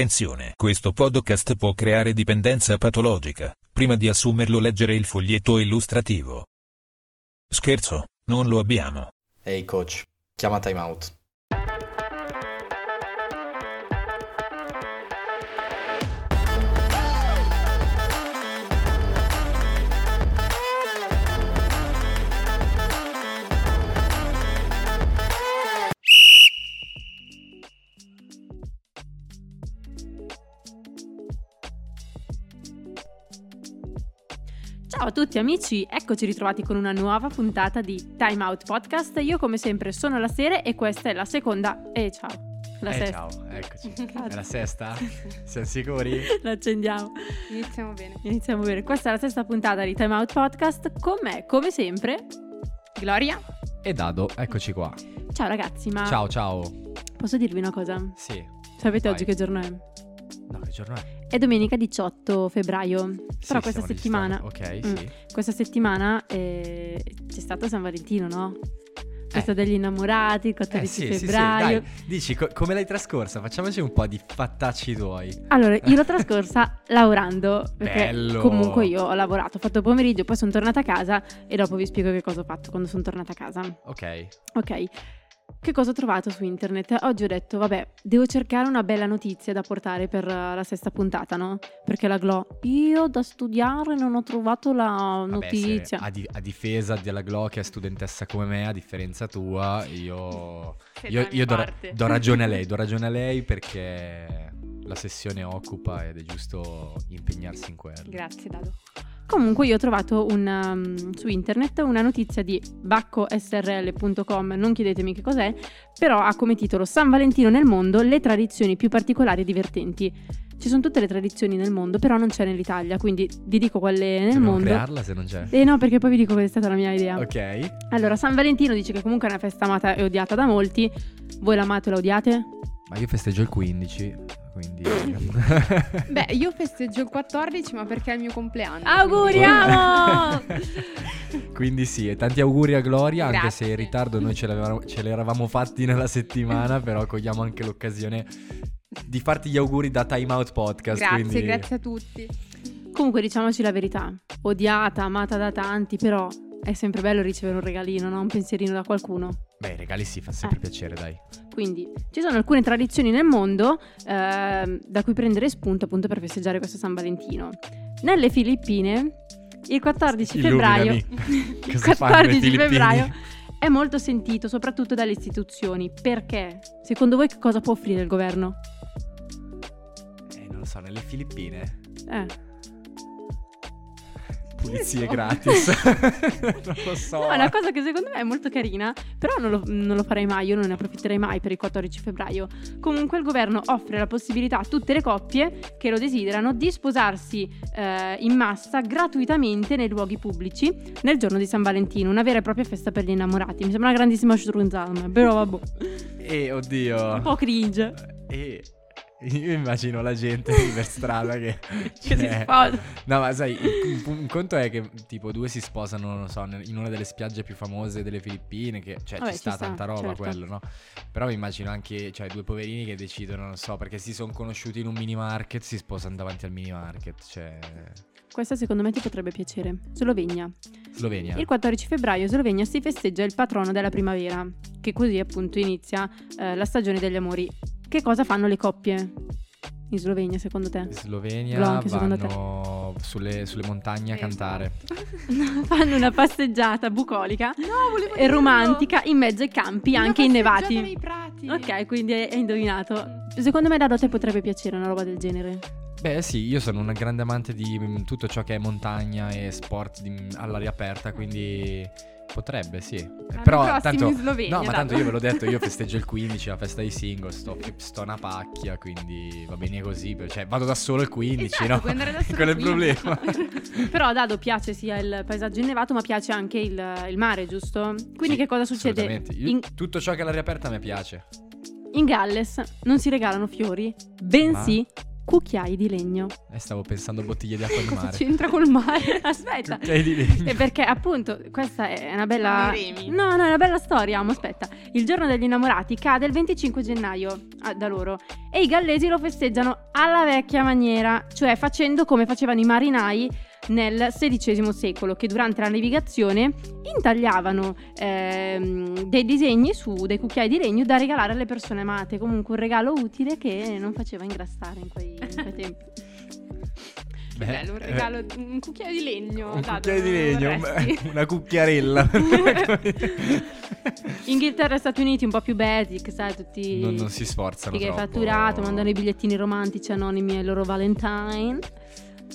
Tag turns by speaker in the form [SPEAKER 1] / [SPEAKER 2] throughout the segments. [SPEAKER 1] Attenzione, questo podcast può creare dipendenza patologica. Prima di assumerlo leggere il foglietto illustrativo. Scherzo, non lo abbiamo.
[SPEAKER 2] Ehi coach, chiama timeout.
[SPEAKER 3] Ciao a tutti amici, eccoci ritrovati con una nuova puntata di Time Out Podcast. Io come sempre sono la Sere e questa è la seconda e ciao. La
[SPEAKER 4] eh,
[SPEAKER 3] sesta.
[SPEAKER 4] ciao, eccoci.
[SPEAKER 5] Cazzo.
[SPEAKER 4] È la sesta? Siamo sicuri?
[SPEAKER 3] La accendiamo.
[SPEAKER 5] Iniziamo bene.
[SPEAKER 3] Iniziamo bene. Questa è la sesta puntata di Time Out Podcast con me, come sempre.
[SPEAKER 5] Gloria?
[SPEAKER 4] E Dado, eccoci qua.
[SPEAKER 3] Ciao ragazzi, ma
[SPEAKER 4] Ciao, ciao.
[SPEAKER 3] posso dirvi una cosa?
[SPEAKER 4] Sì.
[SPEAKER 3] Sapete
[SPEAKER 4] Vai.
[SPEAKER 3] oggi che giorno è?
[SPEAKER 4] No, che giorno è?
[SPEAKER 3] È domenica 18 febbraio.
[SPEAKER 4] Sì,
[SPEAKER 3] Però questa
[SPEAKER 4] stiamo
[SPEAKER 3] settimana,
[SPEAKER 4] registrando.
[SPEAKER 3] Mm.
[SPEAKER 4] Ok, sì.
[SPEAKER 3] questa settimana eh, c'è stato San Valentino, no? Festa
[SPEAKER 4] Eh.
[SPEAKER 3] degli innamorati, il
[SPEAKER 4] Eh
[SPEAKER 3] 14
[SPEAKER 4] sì, sì, sì,
[SPEAKER 3] febbraio.
[SPEAKER 4] dai. Dici, co- come l'hai trascorsa? Facciamoci un po' di fattacci tuoi.
[SPEAKER 3] Allora, io l'ho trascorsa lavorando, perché
[SPEAKER 4] Bello.
[SPEAKER 3] comunque io ho lavorato, ho fatto pomeriggio, poi sono tornata a casa e dopo vi spiego che cosa ho fatto quando sono tornata a casa.
[SPEAKER 4] Ok.
[SPEAKER 3] Ok, che cosa ho trovato su internet? Oggi ho detto, vabbè, devo cercare una bella notizia da portare per eh, la sesta puntata, no? Perché la Glo, io da studiare non ho trovato la
[SPEAKER 4] Vabbè, se-
[SPEAKER 3] notizia.
[SPEAKER 4] a, di- a difesa della Glo che è studentessa come me, a differenza tua, io, io, io do, ra- do ragione a lei, do ragione a lei perché la sessione occupa ed è giusto impegnarsi in quello.
[SPEAKER 5] Grazie Dado.
[SPEAKER 3] Comunque io ho trovato un, um, su internet una notizia di baccosrl.com, non chiedetemi che cos'è, però ha come titolo San Valentino nel mondo, le tradizioni più particolari e divertenti. Ci sono tutte le tradizioni nel mondo, però non c'è nell'Italia, quindi vi dico quelle nel
[SPEAKER 4] Dobbiamo
[SPEAKER 3] mondo.
[SPEAKER 4] crearla se non c'è.
[SPEAKER 3] Eh no, perché poi vi dico che è stata la mia idea.
[SPEAKER 4] Ok.
[SPEAKER 3] Allora, San Valentino dice che comunque è una festa amata e odiata da molti. Voi l'amate o la odiate?
[SPEAKER 4] Ma io festeggio il 15, quindi...
[SPEAKER 5] Beh, io festeggio il 14, ma perché è il mio compleanno.
[SPEAKER 3] Auguri! Auguriamo!
[SPEAKER 4] quindi sì, e tanti auguri a Gloria, anche
[SPEAKER 5] Grazie.
[SPEAKER 4] se in ritardo noi ce, l'avevamo- ce l'eravamo fatti nella settimana, però cogliamo anche l'occasione di farti gli auguri da Time Out Podcast.
[SPEAKER 5] Grazie,
[SPEAKER 4] quindi...
[SPEAKER 5] grazie a tutti.
[SPEAKER 3] Comunque diciamoci la verità, odiata, amata da tanti, però è sempre bello ricevere un regalino, no? un pensierino da qualcuno.
[SPEAKER 4] Beh, i regali sì, fa sempre
[SPEAKER 3] Eh.
[SPEAKER 4] piacere, dai.
[SPEAKER 3] Quindi ci sono alcune tradizioni nel mondo ehm, da cui prendere spunto appunto per festeggiare questo San Valentino. Nelle Filippine il 14 febbraio,
[SPEAKER 4] Illuminami.
[SPEAKER 3] il
[SPEAKER 4] Cosa fanno i
[SPEAKER 3] 14
[SPEAKER 4] filippini?
[SPEAKER 3] febbraio è molto sentito soprattutto dalle istituzioni. Perché? Secondo voi che cosa può offrire il governo?
[SPEAKER 4] Eh, non lo so, nelle Filippine.
[SPEAKER 3] Eh,
[SPEAKER 4] Pulizie
[SPEAKER 5] so?
[SPEAKER 4] gratis. non lo so. eh.
[SPEAKER 3] No, è una cosa che secondo me è molto carina, però non lo, non lo farei mai, io non ne approfitterei mai per il 14 febbraio. Comunque il governo offre la possibilità a tutte le coppie che lo desiderano di sposarsi eh, in massa gratuitamente nei luoghi pubblici nel giorno di San Valentino, una vera e propria festa per gli innamorati. Mi sembra una grandissima strunzata, però vabbè,
[SPEAKER 4] Eh, oddio.
[SPEAKER 3] un po' cringe.
[SPEAKER 4] E io immagino la gente lì per strada che,
[SPEAKER 3] Che si
[SPEAKER 4] cioè,
[SPEAKER 3] sposa.
[SPEAKER 4] No, ma sai, un, un conto è che tipo due si sposano, non lo so, nel- in una delle spiagge più famose delle Filippine, che cioè
[SPEAKER 3] Vabbè,
[SPEAKER 4] ci
[SPEAKER 3] ci
[SPEAKER 4] sta
[SPEAKER 3] sta,
[SPEAKER 4] tanta roba
[SPEAKER 3] certo.
[SPEAKER 4] quello, no? Però mi immagino anche, cioè, due poverini che decidono, non so, perché si sono conosciuti in un mini market, si sposano davanti al mini market, cioè
[SPEAKER 3] Questa secondo me ti potrebbe piacere. Slovenia.
[SPEAKER 4] Slovenia.
[SPEAKER 3] Il 14 febbraio in Slovenia si festeggia il patrono della primavera, che così appunto inizia eh, la stagione degli amori. Che cosa fanno le coppie in Slovenia secondo te?
[SPEAKER 4] Slovenia
[SPEAKER 3] Blanc, secondo te? Esatto.
[SPEAKER 4] vanno sulle, sulle montagne a
[SPEAKER 5] Eh,
[SPEAKER 4] cantare.
[SPEAKER 3] fanno una passeggiata bucolica
[SPEAKER 5] No, volevo
[SPEAKER 3] e
[SPEAKER 5] dirlo.
[SPEAKER 3] romantica in mezzo ai campi,
[SPEAKER 5] Una
[SPEAKER 3] anche
[SPEAKER 5] passeggiata
[SPEAKER 3] innevati.
[SPEAKER 5] nei prati.
[SPEAKER 3] Ok, quindi hai hai indovinato. Secondo me da te potrebbe piacere una roba del genere.
[SPEAKER 4] Beh sì, io sono un grande amante di mm, tutto ciò che è montagna e sport di- mm, all'aria aperta, quindi potrebbe sì.
[SPEAKER 5] L'anno
[SPEAKER 4] Però
[SPEAKER 5] prossimo
[SPEAKER 4] tanto...
[SPEAKER 5] in Slovenia,
[SPEAKER 4] No, ma tanto
[SPEAKER 5] dai.
[SPEAKER 4] io ve l'ho detto, io festeggio il 15, la festa dei single, sto, sto una pacchia, quindi va bene così, per- cioè vado da solo il 15,
[SPEAKER 5] Esatto,
[SPEAKER 4] no?
[SPEAKER 5] puoi andare da solo
[SPEAKER 4] Quello è il
[SPEAKER 5] il 15.
[SPEAKER 4] problema.
[SPEAKER 3] Però a Dado piace sia il paesaggio innevato, ma piace anche il, il mare, giusto?
[SPEAKER 4] Sì,
[SPEAKER 3] Quindi che cosa succede?
[SPEAKER 4] Assolutamente. Io-
[SPEAKER 3] In-
[SPEAKER 4] Tutto ciò che è all'aria aperta mi piace.
[SPEAKER 3] In Galles non si regalano fiori, bensì cucchiai di legno.
[SPEAKER 4] Eh, stavo pensando a bottiglie di acqua di
[SPEAKER 3] Cosa
[SPEAKER 4] mare.
[SPEAKER 3] c'entra col mare? Aspetta.
[SPEAKER 4] Cucchiai di legno.
[SPEAKER 3] E perché appunto questa è una bella...
[SPEAKER 6] Sono i remi.
[SPEAKER 3] No, no, è una bella storia, amo, aspetta. Il giorno degli innamorati cade il 25 gennaio ah, da loro e i gallesi lo festeggiano alla vecchia maniera, cioè facendo come facevano i marinai nel XVI secolo, che durante la navigazione intagliavano ehm, dei disegni su dei cucchiai di legno da regalare alle persone amate, comunque un regalo utile che non faceva ingrassare in quei, in quei tempi.
[SPEAKER 6] Che bello, un
[SPEAKER 4] eh,
[SPEAKER 6] regalo, un cucchiaio di legno.
[SPEAKER 4] Un
[SPEAKER 6] dato,
[SPEAKER 4] cucchiaio di legno, un-
[SPEAKER 6] vorresti.
[SPEAKER 4] una cucchiarella.
[SPEAKER 3] Inghilterra e Stati Uniti un po' più basic, sai, tutti...
[SPEAKER 4] non, non si sforzano
[SPEAKER 3] Sì, che hai
[SPEAKER 4] troppo.
[SPEAKER 3] fatturato, mandano i bigliettini romantici anonimi ai loro Valentine.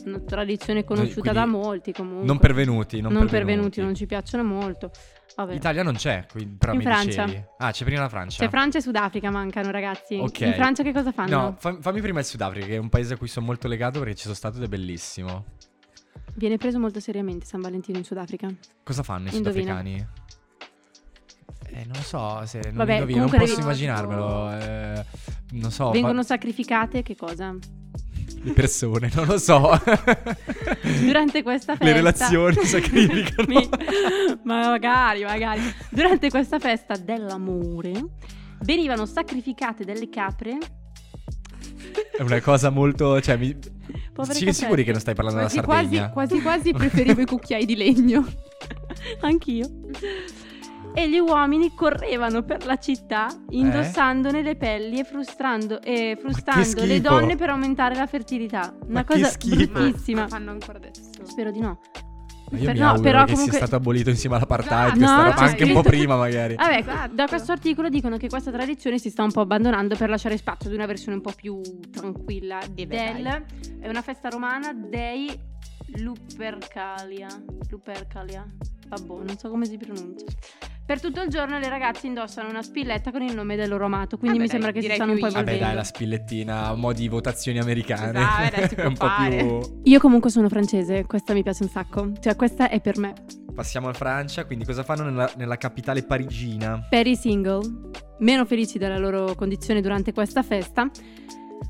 [SPEAKER 3] Una tradizione conosciuta
[SPEAKER 4] quindi
[SPEAKER 3] da molti comunque.
[SPEAKER 4] Non pervenuti, non,
[SPEAKER 3] Non pervenuti, non ci piacciono molto. Vabbè.
[SPEAKER 4] Italia non c'è, quindi però
[SPEAKER 3] In
[SPEAKER 4] mi
[SPEAKER 3] Francia.
[SPEAKER 4] dicevi. Ah, c'è prima la Francia.
[SPEAKER 3] Cioè Francia e Sudafrica mancano ragazzi.
[SPEAKER 4] Ok.
[SPEAKER 3] In Francia che cosa fanno?
[SPEAKER 4] No, fam- fammi prima il Sudafrica, che è un paese a cui sono molto legato perché ci sono stato ed è bellissimo.
[SPEAKER 3] Viene preso molto seriamente San Valentino in
[SPEAKER 4] Oh,
[SPEAKER 3] Sudafrica.
[SPEAKER 4] Cosa fanno i
[SPEAKER 3] Indovina.
[SPEAKER 4] sudafricani? Eh, non lo so, se non
[SPEAKER 3] Vabbè,
[SPEAKER 4] indovino, non
[SPEAKER 3] comunque
[SPEAKER 4] posso
[SPEAKER 3] devi-
[SPEAKER 4] immaginarmelo. eh, non so,
[SPEAKER 3] Vengono
[SPEAKER 4] fa-
[SPEAKER 3] sacrificate che cosa?
[SPEAKER 4] le persone, non lo so.
[SPEAKER 3] Durante questa festa
[SPEAKER 4] Le relazioni sacrificano.
[SPEAKER 3] Mi- Ma magari, magari. Durante questa festa dell'amore venivano sacrificate delle capre.
[SPEAKER 4] È una cosa molto, cioè, mi...
[SPEAKER 3] Povere
[SPEAKER 4] Sì, sicuri
[SPEAKER 3] caprette.
[SPEAKER 4] che non stai parlando della
[SPEAKER 3] Cioè,
[SPEAKER 5] Quasi
[SPEAKER 4] Sardegna?
[SPEAKER 5] quasi, quasi quasi preferivo i cucchiai di legno.
[SPEAKER 3] Anch'io. E gli uomini correvano per la città indossandone le pelli e, frustrando, e frustando le
[SPEAKER 4] Eh? schifo.
[SPEAKER 3] donne per aumentare la fertilità. Una
[SPEAKER 4] Ma che
[SPEAKER 3] cosa
[SPEAKER 4] schifo.
[SPEAKER 3] bruttissima.
[SPEAKER 6] Ma fanno ancora adesso.
[SPEAKER 3] Spero di no.
[SPEAKER 4] Ma Io
[SPEAKER 3] Per-
[SPEAKER 4] mi
[SPEAKER 3] no,
[SPEAKER 4] auguro
[SPEAKER 3] però
[SPEAKER 4] che
[SPEAKER 3] comunque- Ah, cioè,
[SPEAKER 4] sia stato abolito insieme all'apartheid,
[SPEAKER 6] Esatto.
[SPEAKER 4] questa
[SPEAKER 6] No,
[SPEAKER 4] roba
[SPEAKER 6] c'è
[SPEAKER 4] anche un po'
[SPEAKER 3] scritto- Ah,
[SPEAKER 4] prima magari.
[SPEAKER 3] Vabbè,
[SPEAKER 6] Esatto.
[SPEAKER 3] da questo articolo dicono che questa tradizione si sta un po' abbandonando per lasciare spazio ad una versione un po' più tranquilla
[SPEAKER 6] beh,
[SPEAKER 3] del... È una festa romana dei Lupercalia. Lupercalia. Vabbè, non so come si pronuncia. Per tutto il giorno le ragazze indossano una spilletta con il nome del loro amato, quindi
[SPEAKER 6] Vabbè,
[SPEAKER 3] mi sembra
[SPEAKER 6] dai,
[SPEAKER 3] che si
[SPEAKER 6] direi
[SPEAKER 3] stanno un po'
[SPEAKER 6] più easy.
[SPEAKER 4] Vabbè, dai,
[SPEAKER 3] evolvendo.
[SPEAKER 4] la spillettina a mo' di votazioni americane.
[SPEAKER 6] Dai, dai, si può
[SPEAKER 4] è un po' più.
[SPEAKER 3] Io comunque sono francese, questa mi piace un sacco. Cioè, questa è per me.
[SPEAKER 4] Passiamo alla Francia, quindi cosa fanno nella, nella capitale parigina?
[SPEAKER 3] Per i single, meno felici della loro condizione durante questa festa,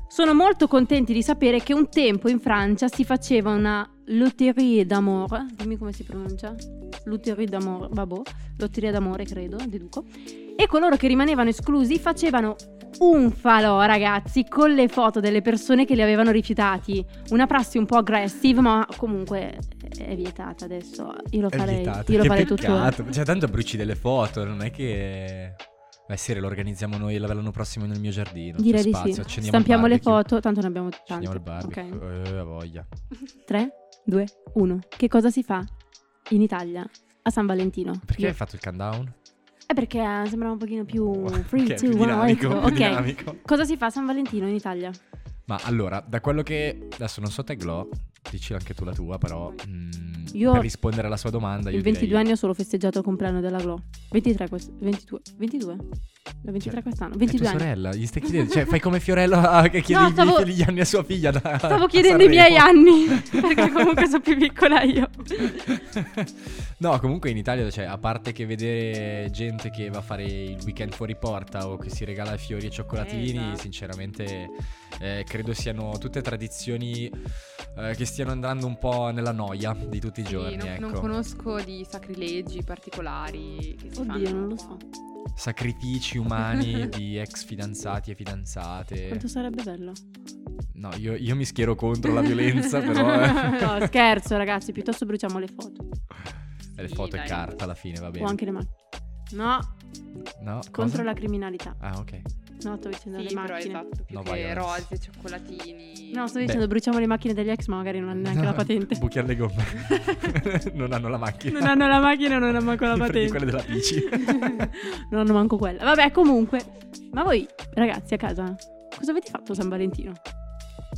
[SPEAKER 3] sono molto contenti di sapere che un tempo in Francia si faceva una lotterie d'amour, dimmi come si pronuncia? Lotterie d'amour, vabbè, lotteria d'amore credo, deduco, e coloro che rimanevano esclusi facevano un falò ragazzi con le foto delle persone che li avevano rifiutati, una prassi un po' aggressive ma comunque è vietata adesso, io lo farei,
[SPEAKER 4] vietato.
[SPEAKER 3] io lo
[SPEAKER 4] che
[SPEAKER 3] farei tuttora.
[SPEAKER 4] peccato. Cioè, tanto bruci delle foto, non è che. Beh, sì, lo organizziamo noi la- l'anno prossimo nel mio giardino. c'è
[SPEAKER 3] Direi di
[SPEAKER 4] spazio,
[SPEAKER 3] sì.
[SPEAKER 4] accendiamo il
[SPEAKER 3] Stampiamo le
[SPEAKER 4] barbecue.
[SPEAKER 3] foto, tanto ne abbiamo tante.
[SPEAKER 4] Accendiamo il barbecue.
[SPEAKER 3] Ok.
[SPEAKER 4] Eh, ha voglia.
[SPEAKER 3] 3, 2, 1. Che cosa si fa in Italia a San Valentino?
[SPEAKER 4] Perché
[SPEAKER 3] Io-
[SPEAKER 4] hai fatto il countdown?
[SPEAKER 3] Eh, perché sembra un pochino più
[SPEAKER 4] Ok,
[SPEAKER 3] free
[SPEAKER 4] più
[SPEAKER 3] to one,
[SPEAKER 4] dinamico,
[SPEAKER 3] let's go.
[SPEAKER 4] più
[SPEAKER 3] Ok.
[SPEAKER 4] dinamico.
[SPEAKER 3] Cosa si fa a San Valentino in Italia?
[SPEAKER 4] Ma allora, da quello che adesso non so te Glo, dici anche tu la tua, però mm,
[SPEAKER 3] Io-
[SPEAKER 4] per rispondere alla sua domanda io
[SPEAKER 3] Il 22
[SPEAKER 4] direi-
[SPEAKER 3] anni ho solo festeggiato il compleanno della Glo. 23 quest- 22 22. No, 23 quest'anno,
[SPEAKER 4] Cioè, È
[SPEAKER 3] 22
[SPEAKER 4] tua
[SPEAKER 3] anni.
[SPEAKER 4] sorella, gli stai chiedendo, cioè fai come Fiorello a- che chiede
[SPEAKER 3] No,
[SPEAKER 4] gli-
[SPEAKER 3] stavo-
[SPEAKER 4] gli anni a sua figlia. da-
[SPEAKER 3] Stavo
[SPEAKER 4] a
[SPEAKER 3] chiedendo i miei
[SPEAKER 4] Ah, Sanremo.
[SPEAKER 3] anni, perché comunque sono più piccola io.
[SPEAKER 4] no, comunque in Italia, cioè, a parte che vedere gente che va a fare il weekend fuori porta o che si regala fiori e cioccolatini,
[SPEAKER 6] Eh, esatto.
[SPEAKER 4] sinceramente eh, credo siano tutte tradizioni eh, che stiano andando un po' nella noia di tutti i
[SPEAKER 5] Sì,
[SPEAKER 4] giorni.
[SPEAKER 5] non,
[SPEAKER 4] ecco.
[SPEAKER 5] non conosco di sacrilegi particolari che si
[SPEAKER 3] Oddio,
[SPEAKER 5] fanno.
[SPEAKER 3] non lo so.
[SPEAKER 4] sacrifici umani di ex fidanzati e fidanzate.
[SPEAKER 3] Quanto sarebbe bello.
[SPEAKER 4] No, io, io mi schiero contro la violenza, però. eh.
[SPEAKER 3] No, scherzo, ragazzi, piuttosto bruciamo le foto
[SPEAKER 4] Eh, Le
[SPEAKER 5] Sì,
[SPEAKER 4] foto e
[SPEAKER 5] dai.
[SPEAKER 4] carta alla fine, va bene.
[SPEAKER 3] o anche le macchine. No,
[SPEAKER 4] No,
[SPEAKER 3] contro
[SPEAKER 4] cosa?
[SPEAKER 3] la criminalità.
[SPEAKER 4] Ah, ok.
[SPEAKER 3] No, sto dicendo
[SPEAKER 5] Sì,
[SPEAKER 3] le
[SPEAKER 5] però
[SPEAKER 3] macchine.
[SPEAKER 5] esatto, più
[SPEAKER 4] No
[SPEAKER 5] che
[SPEAKER 4] violence.
[SPEAKER 5] rose, cioccolatini.
[SPEAKER 3] No, sto dicendo bruciamo le macchine degli ex, ma magari non hanno neanche
[SPEAKER 4] No,
[SPEAKER 3] la patente.
[SPEAKER 4] Buchi alle gomme. non hanno la macchina.
[SPEAKER 3] Non hanno la macchina, non hanno manco la
[SPEAKER 4] Prendi
[SPEAKER 3] patente.
[SPEAKER 4] quella della bici.
[SPEAKER 3] non hanno manco quella. Vabbè, comunque. Ma voi, ragazzi, a casa, cosa avete fatto San Valentino?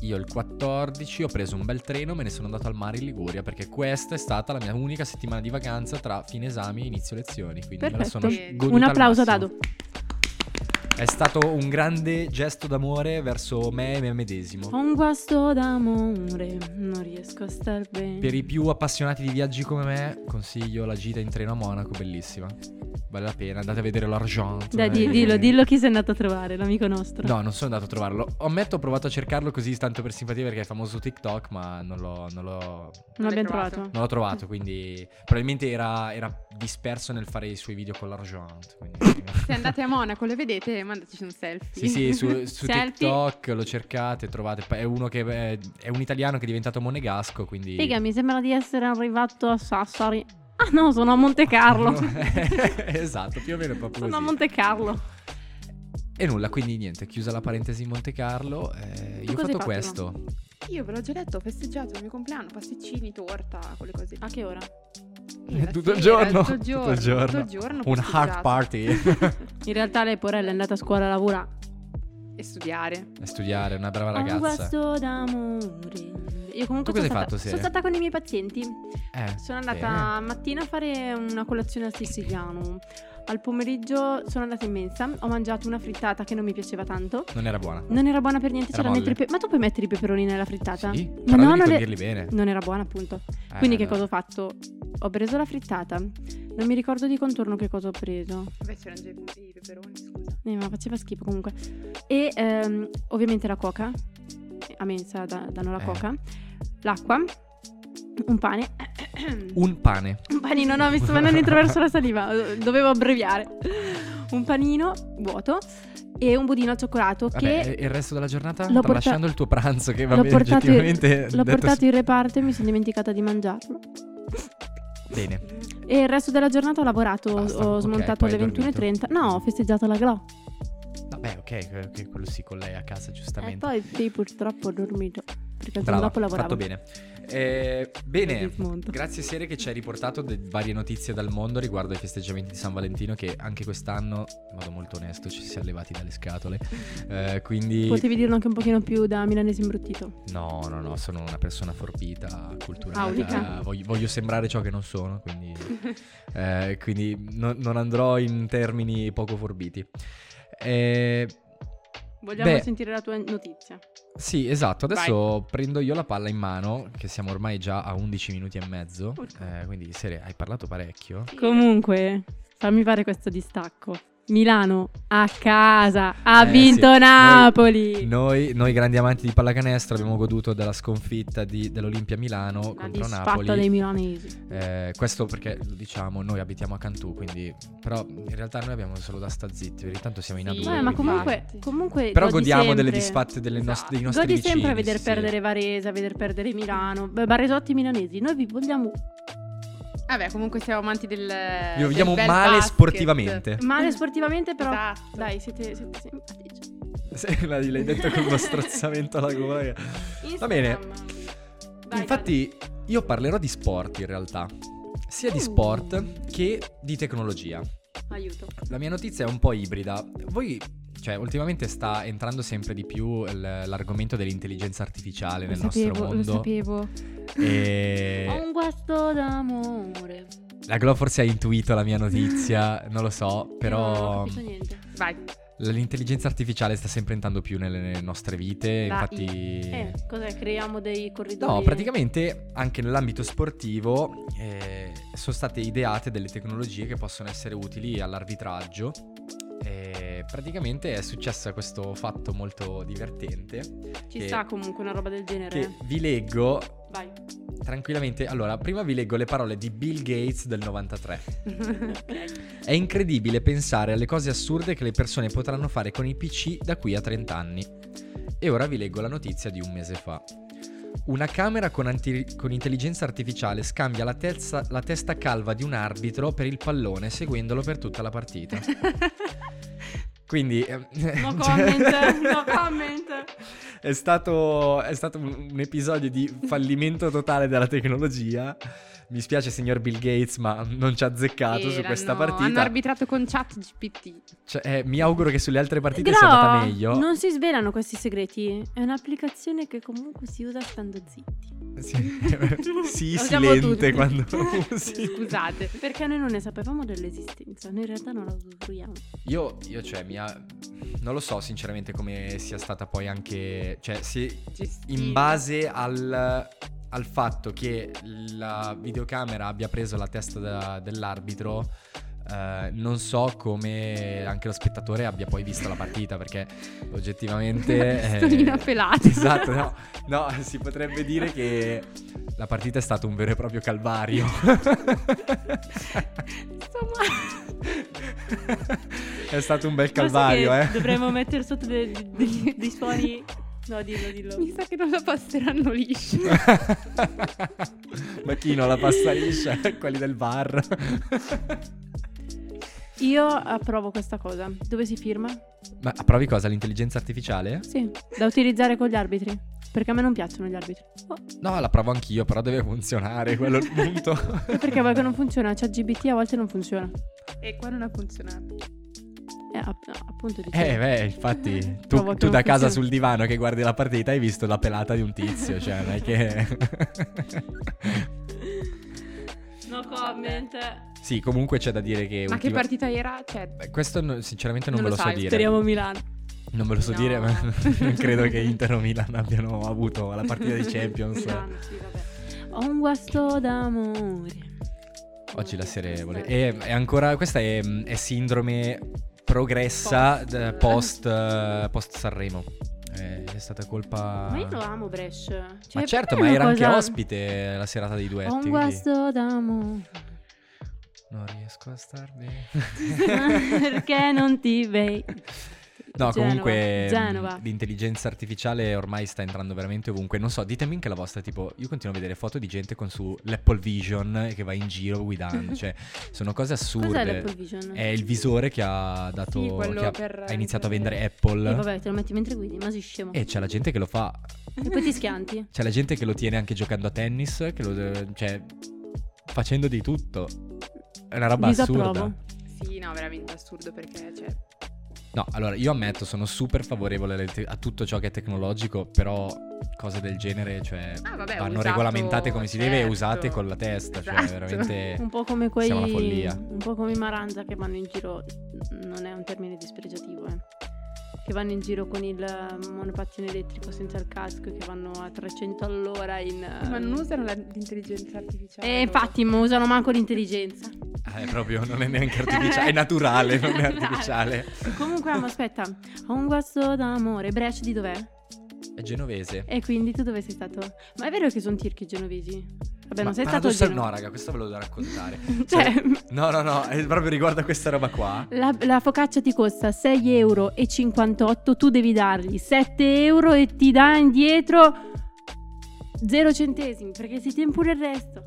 [SPEAKER 4] Io il 14 ho preso un bel treno, me ne sono andato al mare in Liguria perché questa è stata la mia unica settimana di vacanza tra fine esami e inizio lezioni. Quindi me la
[SPEAKER 3] Perfetto.
[SPEAKER 4] sono
[SPEAKER 5] Un
[SPEAKER 4] goduta
[SPEAKER 3] Un
[SPEAKER 4] al
[SPEAKER 3] applauso a
[SPEAKER 4] massimo.
[SPEAKER 3] Dado.
[SPEAKER 4] È stato un grande gesto d'amore verso me e me medesimo.
[SPEAKER 3] Ho un guasto d'amore, non riesco a star bene.
[SPEAKER 4] Per i più appassionati di viaggi come me, consiglio la gita in treno a Monaco, bellissima. vale la pena, andate a vedere l'argent.
[SPEAKER 3] Dai, di-
[SPEAKER 4] eh.
[SPEAKER 3] dillo, dillo chi sei andato a trovare, l'amico nostro.
[SPEAKER 4] No, non sono andato a trovarlo. Ammetto, ho provato a cercarlo così tanto per simpatia perché è famoso su TikTok, ma non l'ho, non l'ho-
[SPEAKER 3] non
[SPEAKER 6] l'hai
[SPEAKER 3] l'abbiamo
[SPEAKER 6] trovato.
[SPEAKER 3] trovato.
[SPEAKER 4] non l'ho trovato, quindi probabilmente era, era disperso nel fare i suoi video con l'argent. quindi-
[SPEAKER 5] Se andate a Monaco, le vedete, mandateci un
[SPEAKER 4] Sì,
[SPEAKER 5] selfie.
[SPEAKER 4] sì, su, su
[SPEAKER 3] Selfie.
[SPEAKER 4] TikTok lo cercate, trovate. È uno che è, è un italiano che è diventato monegasco, quindi...
[SPEAKER 3] Figa, mi sembra di essere arrivato a Sassari. Ah no, sono a Monte Carlo.
[SPEAKER 4] esatto, più o meno è proprio
[SPEAKER 3] sono a
[SPEAKER 4] così.
[SPEAKER 3] Monte Carlo.
[SPEAKER 4] E nulla, quindi niente, chiusa la parentesi in Monte Carlo, eh, io ho
[SPEAKER 3] cosa
[SPEAKER 4] fatto
[SPEAKER 3] hai fatto?
[SPEAKER 4] questo.
[SPEAKER 5] Io ve l'ho già detto, ho festeggiato il mio compleanno, pasticcini, torta, quelle cose.
[SPEAKER 3] A che ora?
[SPEAKER 5] La
[SPEAKER 4] tutto il
[SPEAKER 5] sera,
[SPEAKER 4] giorno,
[SPEAKER 5] eh, Tutto il giorno. tutto il giorno
[SPEAKER 4] Un hard
[SPEAKER 5] festeggiato.
[SPEAKER 4] party.
[SPEAKER 3] In realtà lei porella è andata a scuola a lavorare.
[SPEAKER 5] E studiare.
[SPEAKER 4] A studiare, una brava
[SPEAKER 3] Un
[SPEAKER 4] ragazza.
[SPEAKER 3] guasto d'amore. Io comunque
[SPEAKER 4] Tu cosa hai
[SPEAKER 3] sono stata-
[SPEAKER 4] fatto, Sere?
[SPEAKER 3] sono stata con i miei pazienti.
[SPEAKER 4] Eh,
[SPEAKER 3] Sono andata mattina a fare una colazione al siciliano. Al pomeriggio sono andata in mensa, ho mangiato una frittata che non mi piaceva tanto.
[SPEAKER 4] bene. Non era buona.
[SPEAKER 3] Non era buona per niente,
[SPEAKER 4] Era
[SPEAKER 3] c'erano i
[SPEAKER 4] molle.
[SPEAKER 3] pepe- Ma tu puoi mettere i peperoni nella frittata?
[SPEAKER 4] Sì,
[SPEAKER 3] Ma
[SPEAKER 4] però
[SPEAKER 3] no,
[SPEAKER 4] devi
[SPEAKER 3] non è-
[SPEAKER 4] condirli bene.
[SPEAKER 3] Non era buona, appunto.
[SPEAKER 4] Eh,
[SPEAKER 3] Quindi che
[SPEAKER 4] no.
[SPEAKER 3] cosa ho fatto? Ho preso la frittata. Non mi ricordo di contorno che cosa ho preso.
[SPEAKER 5] Beh, c'erano già i peperoni, scusa.
[SPEAKER 3] Eh, ma faceva schifo comunque. E ehm, ovviamente la coca. A mensa da- danno la
[SPEAKER 4] Eh.
[SPEAKER 3] coca. L'acqua. Un pane.
[SPEAKER 4] Un pane.
[SPEAKER 3] Un panino, no, mi sto mandando introverso la saliva, dovevo abbreviare. Un panino vuoto e un budino al cioccolato
[SPEAKER 4] Vabbè, eh,
[SPEAKER 3] che
[SPEAKER 4] e il resto della giornata
[SPEAKER 3] l'ho porta-
[SPEAKER 4] tralasciando il tuo pranzo che va
[SPEAKER 3] l'ho
[SPEAKER 4] bene
[SPEAKER 3] portato-
[SPEAKER 4] oggettivamente
[SPEAKER 3] l'ho
[SPEAKER 4] detto
[SPEAKER 3] portato in reparto e mi sono dimenticata di mangiarlo.
[SPEAKER 4] bene.
[SPEAKER 3] E il resto della giornata ho lavorato,
[SPEAKER 4] Basta,
[SPEAKER 3] ho
[SPEAKER 4] ok,
[SPEAKER 3] smontato
[SPEAKER 4] poi hai
[SPEAKER 3] alle 21.30. No, ho festeggiato la GLO.
[SPEAKER 4] Vabbè, ok, que- che quello sì con lei a casa
[SPEAKER 3] E
[SPEAKER 4] giustamente.
[SPEAKER 3] poi sì, purtroppo ho dormito. Perché il giorno
[SPEAKER 4] Brava,
[SPEAKER 3] dopo lavoravo.
[SPEAKER 4] fatto bene. Eh, bene.
[SPEAKER 3] Dismonto.
[SPEAKER 4] Grazie Sere che ci hai riportato de- varie notizie dal mondo riguardo ai festeggiamenti di San Valentino che anche quest'anno, in modo molto onesto, ci si è levati dalle scatole. Eh, quindi
[SPEAKER 3] Potevi dirlo anche un pochino più da milanese imbruttito.
[SPEAKER 4] No, no, no, sono una persona forbita, culturata,
[SPEAKER 3] Aulica.
[SPEAKER 4] voglio, voglio sembrare ciò che non sono, quindi, eh, quindi no- non andrò in termini poco forbiti. Eh,
[SPEAKER 3] Vogliamo
[SPEAKER 4] Beh.
[SPEAKER 3] sentire la tua notizia.
[SPEAKER 4] sì, esatto, adesso prendo io la palla in mano, che siamo ormai già a 11 minuti e mezzo,
[SPEAKER 3] Urca.
[SPEAKER 4] eh, quindi Sere, hai parlato parecchio.
[SPEAKER 3] Comunque, fammi fare questo distacco. Milano a casa ha
[SPEAKER 4] Eh,
[SPEAKER 3] vinto
[SPEAKER 4] sì.
[SPEAKER 3] Napoli.
[SPEAKER 4] Noi, noi grandi amanti di pallacanestro abbiamo goduto della sconfitta di- dell'Olimpia Milano
[SPEAKER 3] La
[SPEAKER 4] contro Napoli.
[SPEAKER 3] disfatta dei milanesi.
[SPEAKER 4] Eh, questo perché lo diciamo, noi abitiamo a Cantù, quindi però in realtà noi abbiamo solo da sta zitti, perché tanto siamo in
[SPEAKER 6] Sì.
[SPEAKER 4] A2.
[SPEAKER 6] Due,
[SPEAKER 3] Vabbè, Eh, ma
[SPEAKER 4] quindi-
[SPEAKER 3] comunque,
[SPEAKER 6] infatti.
[SPEAKER 3] comunque
[SPEAKER 4] Però
[SPEAKER 3] godi
[SPEAKER 4] godiamo
[SPEAKER 3] sempre-
[SPEAKER 4] delle disfatte delle nos-
[SPEAKER 6] Esatto.
[SPEAKER 4] dei nostri
[SPEAKER 3] Godi
[SPEAKER 4] vicini.
[SPEAKER 3] sempre a veder
[SPEAKER 4] sì, sì.
[SPEAKER 3] perdere Varese, a veder perdere Milano. Beh, Barresotti milanesi, noi vi vogliamo
[SPEAKER 5] Vabbè, comunque siamo amanti del.
[SPEAKER 4] Vi
[SPEAKER 5] del
[SPEAKER 4] vogliamo
[SPEAKER 5] bel
[SPEAKER 4] male
[SPEAKER 5] basket.
[SPEAKER 4] sportivamente.
[SPEAKER 3] male sportivamente, però
[SPEAKER 6] Esatto.
[SPEAKER 3] dai, siete, siete simpatici.
[SPEAKER 4] Sì, L'hai l'hai detto con uno strozzamento alla gola. Va bene.
[SPEAKER 3] Vai,
[SPEAKER 4] Infatti io parlerò di sport in realtà, sia di
[SPEAKER 3] Uh.
[SPEAKER 4] sport che di tecnologia.
[SPEAKER 3] Aiuto.
[SPEAKER 4] La mia notizia è un po' ibrida. Voi, cioè, ultimamente sta entrando sempre di più l- l'argomento dell'intelligenza artificiale
[SPEAKER 5] Lo
[SPEAKER 4] nel nostro
[SPEAKER 5] sapevo,
[SPEAKER 4] mondo.
[SPEAKER 5] lo sapevo.
[SPEAKER 4] E eh,
[SPEAKER 3] Ho un guasto d'amore.
[SPEAKER 4] la Glo forse ha intuito la mia notizia, non lo so,
[SPEAKER 3] Io Non ho
[SPEAKER 4] però
[SPEAKER 3] capito niente.
[SPEAKER 5] Vai.
[SPEAKER 4] l'intelligenza artificiale sta sempre entrando più nelle, nelle nostre vite,
[SPEAKER 3] La
[SPEAKER 4] infatti...
[SPEAKER 3] Eh, cos'è? Creiamo dei corridoi?
[SPEAKER 4] No, praticamente anche nell'ambito sportivo eh, sono state ideate delle tecnologie che possono essere utili all'arbitraggio. E praticamente è successo questo fatto molto divertente
[SPEAKER 3] Ci
[SPEAKER 4] che-
[SPEAKER 3] sta comunque una roba del genere.
[SPEAKER 4] che vi leggo
[SPEAKER 3] Vai.
[SPEAKER 4] Tranquillamente, allora, prima vi leggo le parole di Bill Gates del 93. È incredibile pensare alle cose assurde che le persone potranno fare con i PC da qui a 30 anni. E ora vi leggo la notizia di un mese fa. Una camera con, anti- con intelligenza artificiale scambia la, tezza- la testa calva di un arbitro per il pallone seguendolo per tutta la partita. Quindi... eh,
[SPEAKER 3] No
[SPEAKER 4] cioè-
[SPEAKER 3] comment, no comment.
[SPEAKER 4] è stato, è stato un un episodio di fallimento totale della tecnologia. Mi spiace, signor Bill Gates, ma non ci ha azzeccato su
[SPEAKER 5] Erano-
[SPEAKER 4] questa
[SPEAKER 5] Hanno
[SPEAKER 4] partita.
[SPEAKER 5] arbitrato con chat GPT.
[SPEAKER 4] Cioè, eh, mi auguro che sulle altre partite
[SPEAKER 3] Però
[SPEAKER 4] sia andata meglio.
[SPEAKER 3] non si svelano questi segreti. È un'applicazione che comunque si usa stando zitti.
[SPEAKER 4] Sì, sì,
[SPEAKER 3] Lo siamo
[SPEAKER 4] silente
[SPEAKER 3] tutti.
[SPEAKER 4] quando usi.
[SPEAKER 5] Scusate.
[SPEAKER 3] Perché noi non ne sapevamo dell'esistenza. Noi in realtà non la usufruiamo.
[SPEAKER 4] Io, io, cioè, mi ha- non lo so sinceramente come sia stata poi anche... Cioè, se in base al, al fatto che la videocamera abbia preso la testa da- dell'arbitro, eh, non so come anche lo spettatore abbia poi visto la partita perché oggettivamente... eh,
[SPEAKER 3] Una pistolina pelata.
[SPEAKER 4] Esatto, no, no, si potrebbe dire che la partita è stato un vero e proprio calvario. è stato un bel calvario,
[SPEAKER 3] Basta
[SPEAKER 4] eh.
[SPEAKER 3] che Dovremmo mettere sotto de- de- degli- dei suoni. No, dillo, dillo.
[SPEAKER 5] Mi sa che non la passeranno liscia.
[SPEAKER 4] Ma chi non la passa liscia? Quelli del bar.
[SPEAKER 3] Io approvo questa cosa. Dove si firma?
[SPEAKER 4] Ma approvi cosa? L'intelligenza artificiale?
[SPEAKER 3] Sì, da utilizzare con gli arbitri. Perché a me non piacciono gli arbitri. Oh,
[SPEAKER 4] No, la provo anch'io, però deve funzionare quello è il punto.
[SPEAKER 3] perché a volte non funziona. Cioè, GBT a volte non funziona.
[SPEAKER 6] E qua non ha funzionato.
[SPEAKER 3] Eh, app- appunto dicevo.
[SPEAKER 4] Eh beh, infatti, tu,
[SPEAKER 3] Provo che
[SPEAKER 4] tu
[SPEAKER 3] non
[SPEAKER 4] da casa
[SPEAKER 3] funziona.
[SPEAKER 4] sul divano che guardi la partita hai visto la pelata di un tizio, cioè non è che...
[SPEAKER 3] No comment.
[SPEAKER 4] sì, comunque c'è da dire che...
[SPEAKER 5] Ma che
[SPEAKER 4] ultima-
[SPEAKER 5] partita era? Cioè,
[SPEAKER 4] Beh, Questo no- sinceramente non,
[SPEAKER 5] Non
[SPEAKER 4] me lo,
[SPEAKER 5] lo
[SPEAKER 4] so
[SPEAKER 5] sai,
[SPEAKER 4] dire.
[SPEAKER 3] Speriamo Milano.
[SPEAKER 4] Non me lo so
[SPEAKER 5] No.
[SPEAKER 4] dire, ma non credo che Inter o Milan abbiano avuto la partita di Champions.
[SPEAKER 5] Milano, sì, vabbè.
[SPEAKER 3] Ho un guasto d'amore.
[SPEAKER 4] Oggi la
[SPEAKER 5] Oddio,
[SPEAKER 4] serevole.
[SPEAKER 5] questa
[SPEAKER 4] E
[SPEAKER 5] è-
[SPEAKER 4] è ancora, questa è, è sindrome progressa d- post, eh, post Sanremo. Eh, È stata colpa...
[SPEAKER 3] Ma io lo amo Brescia. Cioè,
[SPEAKER 4] Ma
[SPEAKER 3] per
[SPEAKER 4] certo,
[SPEAKER 3] me è
[SPEAKER 4] ma
[SPEAKER 3] una
[SPEAKER 4] era anche
[SPEAKER 3] cosa-
[SPEAKER 4] ospite la serata dei duetti.
[SPEAKER 3] Ho un
[SPEAKER 4] quindi
[SPEAKER 3] guasto d'amore.
[SPEAKER 4] Non riesco a starne.
[SPEAKER 3] Perché non ti vedi?
[SPEAKER 4] No,
[SPEAKER 3] Genova,
[SPEAKER 4] comunque
[SPEAKER 3] Genova.
[SPEAKER 4] mh, l'intelligenza artificiale ormai sta entrando veramente ovunque. Non so, ditemi anche la vostra, tipo, io continuo a vedere foto di gente con su l'Apple Vision che va in giro guidando, cioè sono cose assurde.
[SPEAKER 3] Cos'è l'Apple Vision?
[SPEAKER 4] È
[SPEAKER 3] Eh,
[SPEAKER 4] il visore che ha dato
[SPEAKER 5] Sì, quello
[SPEAKER 4] che ha,
[SPEAKER 5] per-
[SPEAKER 4] ha iniziato a vendere
[SPEAKER 3] Eh,
[SPEAKER 4] Apple
[SPEAKER 3] vabbè, te lo metti mentre guidi, ma sei scemo.
[SPEAKER 4] e c'è la gente che lo fa.
[SPEAKER 3] E poi ti schianti.
[SPEAKER 4] C'è la gente che lo tiene anche giocando a tennis, che lo cioè facendo di tutto. È una roba
[SPEAKER 3] Disapprovo.
[SPEAKER 4] assurda.
[SPEAKER 5] Sì, no, veramente assurdo perché cioè,
[SPEAKER 4] No, allora io ammetto, sono super favorevole alle te- a tutto ciò che è tecnologico, però cose del genere, cioè,
[SPEAKER 5] Ah, vabbè,
[SPEAKER 4] vanno
[SPEAKER 5] usato,
[SPEAKER 4] regolamentate come si deve e
[SPEAKER 5] certo.
[SPEAKER 4] usate con la testa, cioè
[SPEAKER 5] Esatto.
[SPEAKER 3] Un
[SPEAKER 4] veramente
[SPEAKER 3] po' come quei.
[SPEAKER 4] Siamo una follia.
[SPEAKER 3] Un po' come i Maranza che vanno in giro. Non è un termine dispregiativo, eh. Che vanno in giro con il eh, monopattino elettrico senza il casco, che vanno a 300 all'ora in. eh,
[SPEAKER 5] ma non usano la- l'intelligenza artificiale.
[SPEAKER 3] Eh,
[SPEAKER 5] loro.
[SPEAKER 3] infatti, non usano manco l'intelligenza.
[SPEAKER 4] Ah, è proprio non è neanche artificiale, è naturale, non è artificiale.
[SPEAKER 3] Comunque, amo, aspetta, ho un guasto d'amore. Brescia di dov'è?
[SPEAKER 4] È genovese.
[SPEAKER 3] E quindi tu dove sei stato? Ma è vero che sono turchi e genovesi? Vabbè,
[SPEAKER 4] Ma
[SPEAKER 3] non sei stato
[SPEAKER 4] paradossal-
[SPEAKER 3] geno-
[SPEAKER 4] No, raga, questo ve lo devo raccontare.
[SPEAKER 3] Cioè,
[SPEAKER 4] Cioè, No, no, no, è proprio riguardo a questa roba qua.
[SPEAKER 3] la, la focaccia ti costa 6,58 euro, tu devi dargli 7 euro e ti dà indietro 0 centesimi, perché si tiene pure il resto.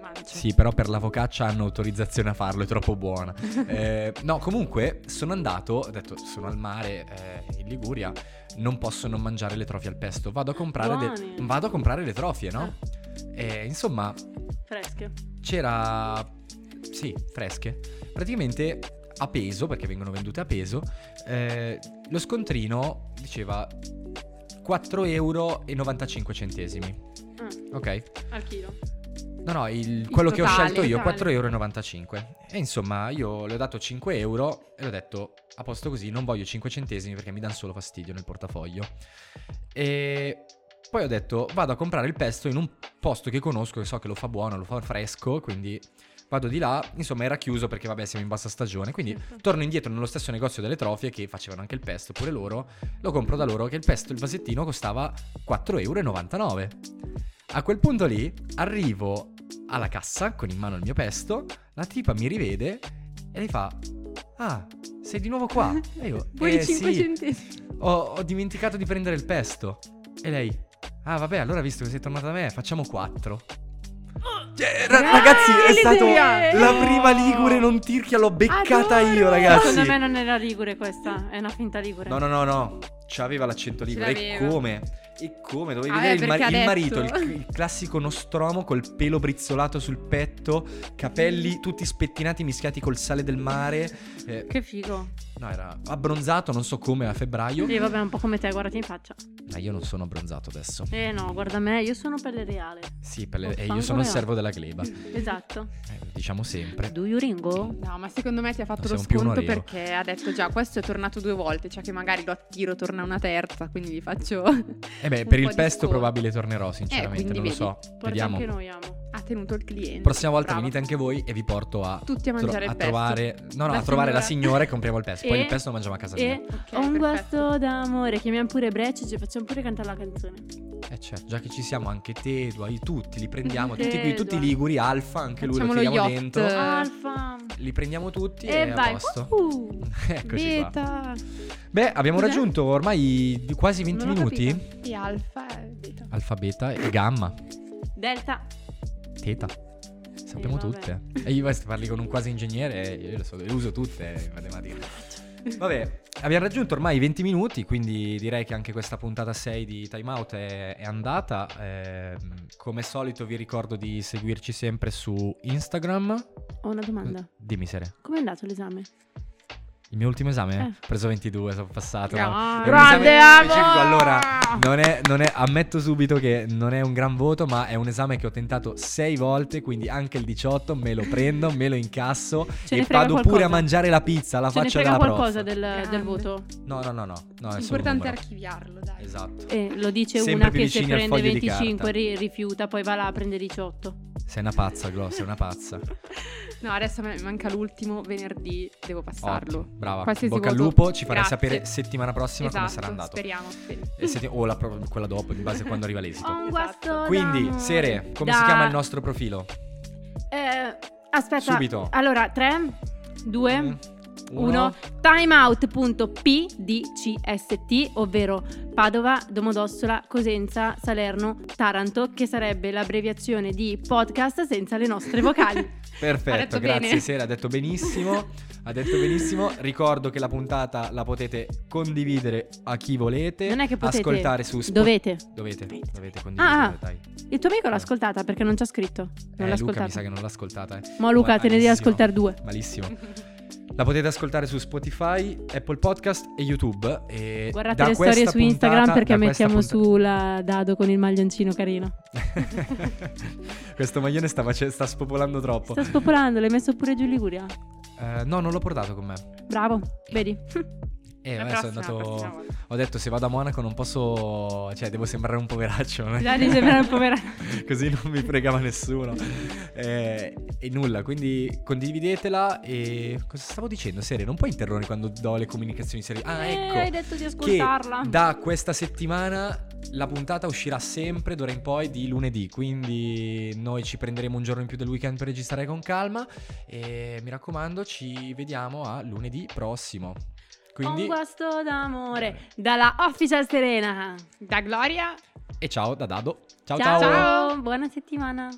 [SPEAKER 5] Mancia.
[SPEAKER 3] Cioè.
[SPEAKER 4] Sì, però per la focaccia hanno autorizzazione a farlo, è troppo buona. Eh, no, comunque sono andato, ho detto sono al mare eh, in Liguria, non posso non mangiare le trofie al pesto, vado a comprare, de-
[SPEAKER 3] Buone.
[SPEAKER 4] vado a comprare le trofie, no?
[SPEAKER 3] Ah.
[SPEAKER 4] E, insomma,
[SPEAKER 3] Fresche.
[SPEAKER 4] c'era... Sì, fresche. Praticamente a peso, perché vengono vendute a peso, eh, lo scontrino diceva 4,95 euro.
[SPEAKER 3] Ah,
[SPEAKER 4] Ok?
[SPEAKER 3] al chilo.
[SPEAKER 4] No, no, il- quello che ho
[SPEAKER 5] totale,
[SPEAKER 4] scelto io,
[SPEAKER 5] totale.
[SPEAKER 4] 4,95 euro. E insomma, io le ho dato 5 euro e ho detto, a posto così, non voglio 5 centesimi perché mi danno solo fastidio nel portafoglio. E poi ho detto, vado a comprare il pesto in un posto che conosco, che so che lo fa buono, lo fa fresco, quindi vado di là. Insomma, era chiuso perché vabbè, siamo in bassa stagione, quindi torno indietro nello stesso negozio delle trofie che facevano anche il pesto, pure loro. Lo compro da loro che il pesto, il vasettino costava 4,99 euro. A quel punto lì arrivo alla cassa con in mano il mio pesto, la tipa mi rivede e lei fa "Ah, sei di nuovo qua". E io
[SPEAKER 5] Poi
[SPEAKER 4] "Eh,
[SPEAKER 5] 5
[SPEAKER 4] sì,
[SPEAKER 5] centesimi.
[SPEAKER 4] ho, ho dimenticato di prendere il pesto". E lei "Ah, vabbè, allora visto che sei tornata da me, facciamo 4". ragazzi, è stato
[SPEAKER 5] Eliseo!
[SPEAKER 4] la prima ligure non tirchia, l'ho beccata io,
[SPEAKER 5] Adoro!
[SPEAKER 4] ragazzi.
[SPEAKER 3] Secondo me non era ligure questa, è una finta ligure.
[SPEAKER 4] No, no, no, no. C'aveva l'accento ligure. E
[SPEAKER 5] l'aveva.
[SPEAKER 4] come? E come? Dovevi
[SPEAKER 5] Ah,
[SPEAKER 4] vedere
[SPEAKER 5] beh,
[SPEAKER 4] il, mari-
[SPEAKER 5] perché ha
[SPEAKER 4] il marito, il,
[SPEAKER 5] detto.
[SPEAKER 4] il classico nostromo col pelo brizzolato sul petto,
[SPEAKER 5] Mm.
[SPEAKER 4] capelli tutti spettinati mischiati col sale del mare. Eh,
[SPEAKER 3] Che figo.
[SPEAKER 4] no, era abbronzato, non so come, a febbraio.
[SPEAKER 3] E vabbè, un po' come te, guardati in faccia.
[SPEAKER 4] Ma io non sono abbronzato adesso.
[SPEAKER 3] Eh no, guarda me, io sono pelle reale.
[SPEAKER 4] Sì, per le-
[SPEAKER 3] Oh,
[SPEAKER 4] eh, io
[SPEAKER 3] fango
[SPEAKER 4] sono il
[SPEAKER 3] le ho.
[SPEAKER 4] servo della gleba.
[SPEAKER 3] Esatto.
[SPEAKER 4] Eh, lo diciamo sempre.
[SPEAKER 3] Do you ringo?
[SPEAKER 5] No, ma secondo me ti ha fatto
[SPEAKER 4] Sei
[SPEAKER 5] lo
[SPEAKER 4] un più
[SPEAKER 5] sconto
[SPEAKER 4] onoreo.
[SPEAKER 5] perché ha detto già questo è tornato due volte, cioè che magari lo attiro, torna una terza, quindi gli faccio...
[SPEAKER 4] E Eh beh, per
[SPEAKER 5] Un po'
[SPEAKER 4] il
[SPEAKER 5] di
[SPEAKER 4] pesto
[SPEAKER 5] sconto.
[SPEAKER 4] probabile tornerò, sinceramente,
[SPEAKER 5] quindi
[SPEAKER 4] non lo
[SPEAKER 5] vedi,
[SPEAKER 4] so.
[SPEAKER 3] Porta
[SPEAKER 4] Vediamo.
[SPEAKER 3] anche noi amo.
[SPEAKER 5] Ah tenuto il cliente.
[SPEAKER 4] Prossima volta
[SPEAKER 5] Bravo.
[SPEAKER 4] venite anche voi e vi porto a,
[SPEAKER 5] Tutti a
[SPEAKER 4] tro-
[SPEAKER 5] mangiare
[SPEAKER 4] a
[SPEAKER 5] il pesto.
[SPEAKER 4] trovare, no, no,
[SPEAKER 5] La
[SPEAKER 4] a trovare la
[SPEAKER 5] signora.
[SPEAKER 4] signora e compriamo il pesto. Poi
[SPEAKER 3] E-
[SPEAKER 4] il pesto lo mangiamo a casa mia.
[SPEAKER 3] E
[SPEAKER 5] Ok,
[SPEAKER 3] ho un
[SPEAKER 5] perfetto.
[SPEAKER 3] guasto d'amore, chiamiamo pure Breccia e ci facciamo pure cantare la canzone.
[SPEAKER 4] Eh certo, già che ci siamo anche te, Duai, tutti, li prendiamo, tutti qui,
[SPEAKER 3] Tedua.
[SPEAKER 4] tutti liguri, Alfa, anche lui
[SPEAKER 5] Facciamo
[SPEAKER 4] lo
[SPEAKER 5] lo
[SPEAKER 4] tiriamo
[SPEAKER 5] yacht.
[SPEAKER 3] Eh.
[SPEAKER 4] dentro.
[SPEAKER 3] Alfa.
[SPEAKER 4] Li prendiamo tutti e,
[SPEAKER 3] E
[SPEAKER 4] a
[SPEAKER 3] vai.
[SPEAKER 4] posto.
[SPEAKER 3] Uh,
[SPEAKER 4] Eccoci qua.
[SPEAKER 5] Beta
[SPEAKER 4] Beh, abbiamo
[SPEAKER 5] Cos'è?
[SPEAKER 4] raggiunto ormai di- quasi 20
[SPEAKER 3] Non ho
[SPEAKER 4] minuti.
[SPEAKER 5] e alfa eh, e beta.
[SPEAKER 4] Alfa, beta e gamma,
[SPEAKER 3] Delta.
[SPEAKER 4] teta. Sappiamo
[SPEAKER 3] Eh, vabbè.
[SPEAKER 4] tutte. E io se parli con un quasi ingegnere, eh, io le, so- le uso tutte eh, in matematica. Vabbè, abbiamo raggiunto ormai i 20 minuti, quindi direi che anche questa puntata 6 di Time Out è, è andata. Ehm, come solito vi ricordo di seguirci sempre su Instagram.
[SPEAKER 3] Ho una domanda.
[SPEAKER 4] Dimmi Sere,
[SPEAKER 3] Com'è andato l'esame?
[SPEAKER 4] il mio ultimo esame?
[SPEAKER 3] Eh.
[SPEAKER 4] Ho preso 22, sono passato. ma- È
[SPEAKER 5] Grande.
[SPEAKER 4] un esame
[SPEAKER 3] Grande
[SPEAKER 4] specifico,
[SPEAKER 3] amore!
[SPEAKER 4] Allora, non è, non è- ammetto subito che non è un gran voto, ma è un esame che ho tentato sei volte, quindi anche il 18 me lo prendo, me lo incasso
[SPEAKER 3] Ce ne
[SPEAKER 4] e
[SPEAKER 3] frega
[SPEAKER 4] vado pure
[SPEAKER 3] qualcosa?
[SPEAKER 4] a mangiare la pizza, la
[SPEAKER 3] Ce ne
[SPEAKER 4] faccia
[SPEAKER 3] frega
[SPEAKER 4] della prof.
[SPEAKER 3] qualcosa del,
[SPEAKER 5] Grande.
[SPEAKER 3] del voto.
[SPEAKER 4] No, no, no, no, no è solo un
[SPEAKER 5] Importante
[SPEAKER 4] numero.
[SPEAKER 5] archiviarlo, dai.
[SPEAKER 4] Esatto.
[SPEAKER 3] Eh, lo dice
[SPEAKER 4] Sempre
[SPEAKER 3] una
[SPEAKER 4] più
[SPEAKER 3] che se
[SPEAKER 4] vicini al
[SPEAKER 3] prende
[SPEAKER 4] foglio di
[SPEAKER 3] 25
[SPEAKER 4] carta.
[SPEAKER 3] ri- rifiuta, poi va là a prendere 18.
[SPEAKER 4] Sei una pazza, Glo, sei una pazza.
[SPEAKER 5] No, adesso mi manca l'ultimo venerdì, devo passarlo.
[SPEAKER 4] Ottimo, brava.
[SPEAKER 5] Qualsiasi
[SPEAKER 4] Bocca al
[SPEAKER 5] voto.
[SPEAKER 4] lupo, ci farai
[SPEAKER 5] Grazie.
[SPEAKER 4] sapere settimana prossima
[SPEAKER 5] esatto,
[SPEAKER 4] come sarà andato.
[SPEAKER 5] Speriamo. speriamo.
[SPEAKER 4] E sette- o la pro- quella dopo, in base a quando arriva l'esito.
[SPEAKER 3] Ho un
[SPEAKER 5] Esatto.
[SPEAKER 3] guasto
[SPEAKER 4] Quindi,
[SPEAKER 3] d'amore.
[SPEAKER 4] Sere, come
[SPEAKER 3] Oh, Da-
[SPEAKER 4] si chiama il nostro profilo?
[SPEAKER 3] Eh, aspetta.
[SPEAKER 4] Subito.
[SPEAKER 3] Allora, 3, 2,
[SPEAKER 4] Mm,
[SPEAKER 3] 1. Timeout.pdcst, ovvero Padova, Domodossola, Cosenza, Salerno, Taranto, che sarebbe l'abbreviazione di podcast senza le nostre vocali.
[SPEAKER 5] Ha
[SPEAKER 4] Perfetto,
[SPEAKER 5] detto
[SPEAKER 4] grazie
[SPEAKER 5] bene.
[SPEAKER 4] Sera, ha detto benissimo. ha detto benissimo. Ricordo che la puntata la potete condividere a chi volete.
[SPEAKER 3] Non è che potete,
[SPEAKER 4] ascoltare su Spotify.
[SPEAKER 3] Dovete.
[SPEAKER 4] Dovete, dovete
[SPEAKER 3] Ah,
[SPEAKER 4] condividere,
[SPEAKER 3] ah.
[SPEAKER 4] dai.
[SPEAKER 3] Il tuo amico l'ha ascoltata perché non ci ha scritto. Non l'ha
[SPEAKER 4] Eh, Luca, mi sa
[SPEAKER 3] ascoltata.
[SPEAKER 4] che non l'ha ascoltata. eh.
[SPEAKER 3] Ma Luca, te ne devi
[SPEAKER 4] Malissimo.
[SPEAKER 3] ascoltare due.
[SPEAKER 4] Malissimo. La potete ascoltare su Spotify, Apple Podcast e YouTube. E
[SPEAKER 3] Guardate
[SPEAKER 4] Eh, da
[SPEAKER 3] le storie
[SPEAKER 4] questa
[SPEAKER 3] su Instagram
[SPEAKER 4] puntata-
[SPEAKER 3] perché
[SPEAKER 4] da questa
[SPEAKER 3] mettiamo
[SPEAKER 4] punta-
[SPEAKER 3] su la Dado con il maglioncino carino.
[SPEAKER 4] Questo maglione sta, face- sta spopolando troppo.
[SPEAKER 3] Sta spopolando, l'hai messo pure giù in Liguria.
[SPEAKER 4] Eh, no, non l'ho portato con me.
[SPEAKER 3] Bravo, vedi.
[SPEAKER 4] Eh,
[SPEAKER 6] La
[SPEAKER 4] adesso
[SPEAKER 6] prossima,
[SPEAKER 4] è
[SPEAKER 6] la
[SPEAKER 4] andato.
[SPEAKER 6] prossima volta.
[SPEAKER 4] Ho detto se vado a Monaco non posso, cioè devo sembrare un poveraccio, no?
[SPEAKER 3] Già di sembrare un povera.
[SPEAKER 4] così non mi fregava nessuno. Eh, e nulla, quindi condividetela e cosa stavo dicendo? Serie, non puoi interrompere quando do le comunicazioni serie. Ah, ecco.
[SPEAKER 3] Eh, hai detto di
[SPEAKER 4] che
[SPEAKER 3] ascoltarla.
[SPEAKER 4] da questa settimana la puntata uscirà sempre d'ora in poi di lunedì, quindi noi ci prenderemo un giorno in più del weekend per registrare con calma e mi raccomando ci vediamo a lunedì prossimo.
[SPEAKER 3] Un
[SPEAKER 4] Quindi
[SPEAKER 3] guasto d'amore dalla Official Serena.
[SPEAKER 5] Da Gloria
[SPEAKER 4] e ciao da Dado.
[SPEAKER 3] Ciao,
[SPEAKER 4] ciao. ciao.
[SPEAKER 3] buona settimana.